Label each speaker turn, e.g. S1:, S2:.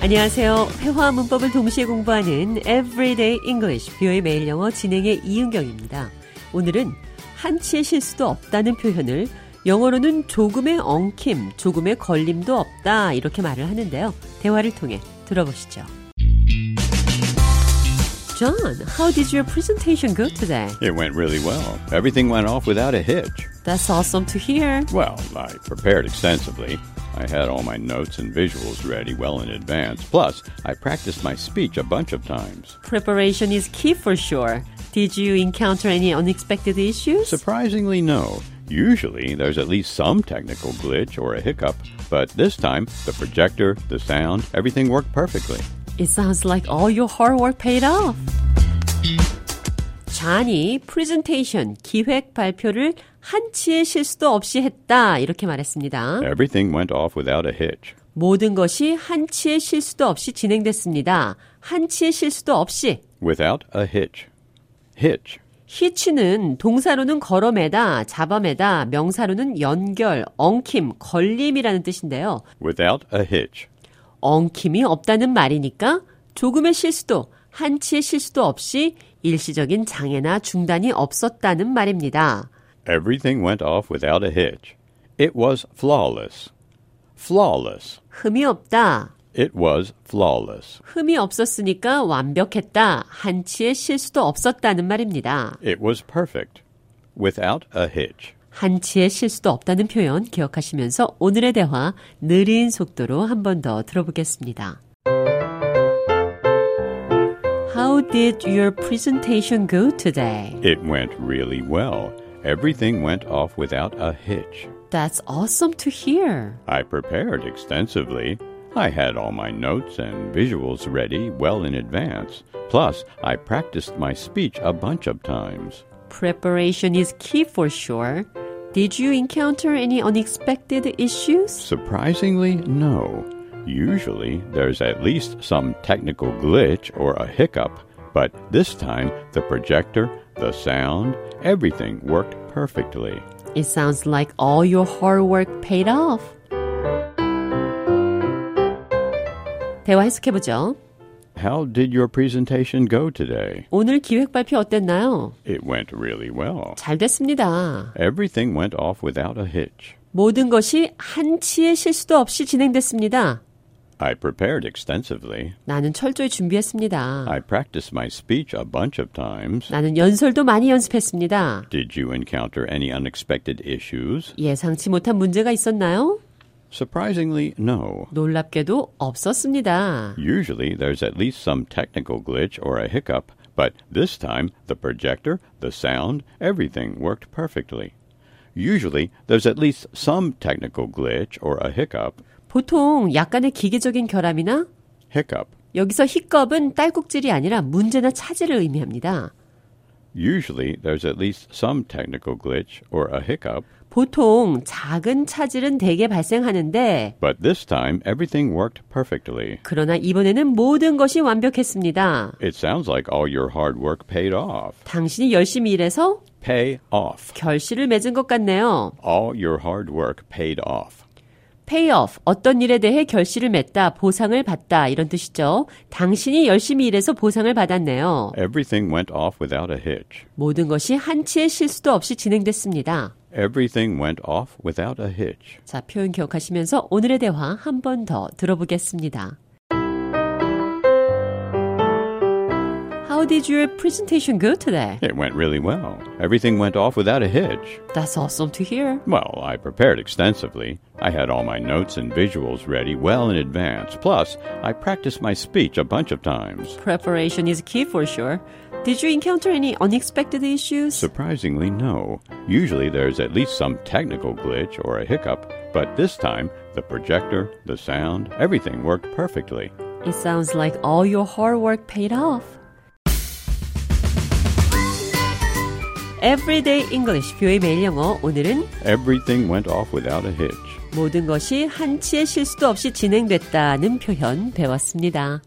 S1: 안녕하세요. 회화와 문법을 동시에 공부하는 Everyday English, 뷰의 매일 영어 진행의 이은경입니다. 오늘은 한치의 실수도 없다는 표현을 영어로는 조금의 엉킴, 조금의 걸림도 없다 이렇게 말을 하는데요. 대화를 통해 들어보시죠. John, how did your presentation go today?
S2: It went really well. Everything went off without a hitch.
S1: That's awesome to hear.
S2: Well, I prepared extensively. I had all my notes and visuals ready well in advance. Plus, I practiced my speech a bunch of times.
S1: Preparation is key for sure. Did you encounter any unexpected issues?
S2: Surprisingly, no. Usually, there's at least some technical glitch or a hiccup, but this time, the projector, the sound, everything worked perfectly.
S1: It sounds like all your hard work paid off. 잔이 프레젠테이션 기획 발표를 한치의 실수도 없이 했다 이렇게 말했습니다.
S2: Everything went off without a hitch.
S1: 모든 것이 한치의 실수도 없이 진행됐습니다. 한치의 실수도 없이
S2: Without a hitch. Hitch.
S1: 히치는 동사로는 걸어매다, 잡아매다, 명사로는 연결, 엉킴, 걸림이라는 뜻인데요.
S2: Without a hitch.
S1: 엉킴이 없다는 말이니까 조금의 실수도 한치의 실수도 없이 일시적인 장애나 중단이 없었다는 말입니다.
S2: Everything went off without a hitch. It was flawless. Flawless.
S1: 흠이 없다.
S2: It was flawless.
S1: 흠이 없었으니까 완벽했다. 한치의 실수도 없었다는 말입니다.
S2: It was perfect. Without a hitch.
S1: 한치의 실수도 없다는 표현 기억하시면서 오늘의 대화 느린 속도로 한 번 더 들어보겠습니다. How did your presentation go today?
S2: It went really well. Everything went off without a hitch.
S1: That's awesome to hear.
S2: I prepared extensively. I had all my notes and visuals ready well in advance. Plus, I practiced my speech a bunch of times.
S1: Preparation is key for sure. Did you encounter any unexpected issues?
S2: Surprisingly, no. Usually, there's at least some technical glitch or a hiccup, but this time, the projector, the sound, everything worked perfectly.
S1: It sounds like all your hard work paid off. 대화 해석해보죠.
S2: How did your presentation go today?
S1: 오늘 기획 발표 어땠나요?
S2: It went really well.
S1: 잘 됐습니다.
S2: Everything went off without a hitch.
S1: 모든 것이 한치의 실수도 없이 진행됐습니다.
S2: I prepared extensively.
S1: 나는 철저히 준비했습니다.
S2: I practiced my speech a bunch of times.
S1: 나는 연설도 많이 연습했습니다.
S2: Did you encounter any unexpected issues?
S1: 예상치 못한 문제가 있었나요?
S2: Surprisingly, no.
S1: 놀랍게도 없었습니다.
S2: Usually there's at least some technical glitch or a hiccup, but this time the projector, the sound, everything worked perfectly. Usually there's at least some technical glitch or a hiccup.
S1: 보통 약간의 기계적인 결함이나
S2: Hiccup.
S1: 여기서 히컵은 딸꾹질이 아니라 문제나 차질을 의미합니다.
S2: Usually there's at least some technical glitch or a hiccup,
S1: 보통 작은 차질은 대개 발생하는데
S2: but this time everything worked perfectly.
S1: 그러나 이번에는 모든 것이 완벽했습니다.
S2: It sounds like all your hard work paid off.
S1: 당신이 열심히 일해서
S2: Pay off.
S1: 결실을 맺은 것 같네요.
S2: All your hard work paid off.
S1: payoff, 어떤 일에 대해 결실을 맺다, 보상을 받다 이런 뜻이죠. 당신이 열심히 일해서 보상을 받았네요.
S2: Everything went off without a hitch.
S1: 모든 것이 한치의 실수도 없이 진행됐습니다.
S2: Everything went off without a hitch.
S1: 자, 표현 기억하시면서 오늘의 대화 한 번 더 들어보겠습니다. How did your presentation go today?
S2: It went really well. Everything went off without a hitch.
S1: That's awesome to hear.
S2: Well, I prepared extensively. I had all my notes and visuals ready well in advance. Plus, I practiced my speech a bunch of times.
S1: Preparation is key for sure. Did you encounter any unexpected issues?
S2: Surprisingly, no. Usually there's at least some technical glitch or a hiccup, but this time, the projector, the sound, everything worked perfectly.
S1: It sounds like all your hard work paid off. Everyday English, 뷰의 매일 영어. 오늘은
S2: Everything went off without a hitch.
S1: 모든 것이 한치의 실수도 없이 진행됐다는 표현 배웠습니다.